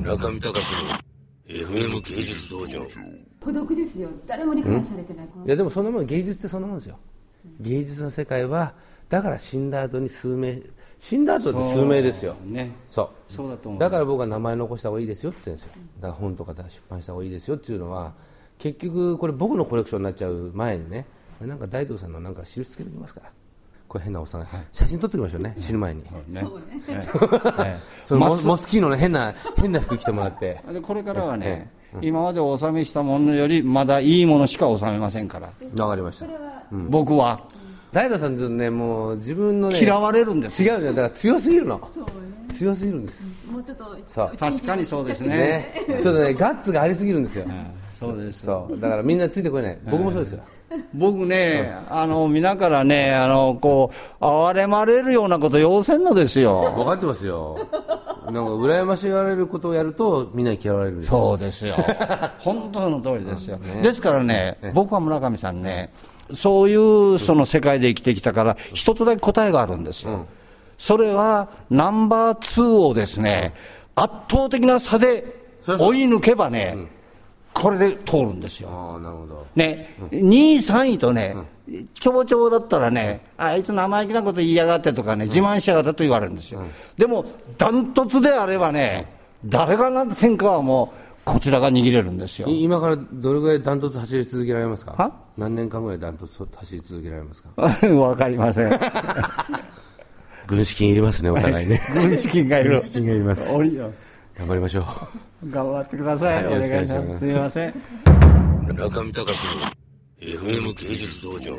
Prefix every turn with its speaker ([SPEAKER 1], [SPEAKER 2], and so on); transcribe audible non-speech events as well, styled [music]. [SPEAKER 1] 中見隆の FM 芸術道場
[SPEAKER 2] 孤独ですよ誰も理解されてないこの
[SPEAKER 3] いやでもそんなもん芸術ってそんなもんですよ芸術の世界はだから死んだ後に数名死んだ後って数名ですよ
[SPEAKER 4] ね
[SPEAKER 3] そう
[SPEAKER 4] そうだと思う
[SPEAKER 3] だから僕は名前残した方がいいですよって言ってるんですよだから本とか出版した方がいいですよっていうのは結局これ僕のコレクションになっちゃう前にねなんか大東さんのなんか印つけてきますからこれ変なおっさんが写真撮っておきましょうね死ぬ前に
[SPEAKER 4] ねねね
[SPEAKER 3] その
[SPEAKER 4] ま
[SPEAKER 3] モ
[SPEAKER 4] っす
[SPEAKER 3] モスキーノの変な変な服着てもらって
[SPEAKER 4] でこれからはね、今までお納めしたものよりまだいいものしか納めませんから、
[SPEAKER 3] わかりました
[SPEAKER 4] 僕は
[SPEAKER 3] 大東さんずっとねもう自分のね
[SPEAKER 4] 嫌われるんです
[SPEAKER 3] 違う
[SPEAKER 4] よ
[SPEAKER 3] じゃんだから強すぎるの
[SPEAKER 2] そうね
[SPEAKER 3] 強すぎるんです
[SPEAKER 2] もうちょっと
[SPEAKER 3] そう
[SPEAKER 2] 一日
[SPEAKER 4] 確かにそうですね
[SPEAKER 3] ねちょっとねガッツがありすぎるんですよ
[SPEAKER 4] そうです
[SPEAKER 3] そうだからみんなついてこれない僕もそうですよ
[SPEAKER 4] 僕ね、あの皆からねあのこう哀れまれるようなこと要せんのですよ
[SPEAKER 3] 分かってますよなんか羨ましがられることをやるとみんなに嫌われるんですよ
[SPEAKER 4] そうですよ [laughs] 本当の通りですよ、ですからね僕は村上さんねそういうその世界で生きてきたから一つだけ答えがあるんですよ、それはナンバー2をですね圧倒的な差で
[SPEAKER 3] そりゃそう
[SPEAKER 4] 追い抜けばね、これで通るんですよ
[SPEAKER 3] ああなるほど
[SPEAKER 4] ね、2位、3位とね、長々だったらね、あいつ生意気なこと言いやがってとかね、自慢しやがってと言われるんですよ。でも、ダントツであればね、誰がなんてせんかはもう、こちらが握れるんですよ。
[SPEAKER 3] い今からどれぐらいダントツ走り続けられますか
[SPEAKER 4] は
[SPEAKER 3] 何年間ぐらいダントツ走り続けられますか
[SPEAKER 4] [laughs] わかりません。
[SPEAKER 3] 軍資金いりますねお互い [laughs] ね
[SPEAKER 4] 軍資金がいる。
[SPEAKER 3] 資金がいります
[SPEAKER 4] おりよ。
[SPEAKER 3] 頑張りましょう
[SPEAKER 4] 頑張ってください。
[SPEAKER 3] よ
[SPEAKER 4] お
[SPEAKER 3] ろ
[SPEAKER 4] 願い
[SPEAKER 3] しく
[SPEAKER 4] し
[SPEAKER 3] お願
[SPEAKER 4] ま
[SPEAKER 3] いします
[SPEAKER 4] す。すみません。
[SPEAKER 1] 中見隆の FM 芸術道場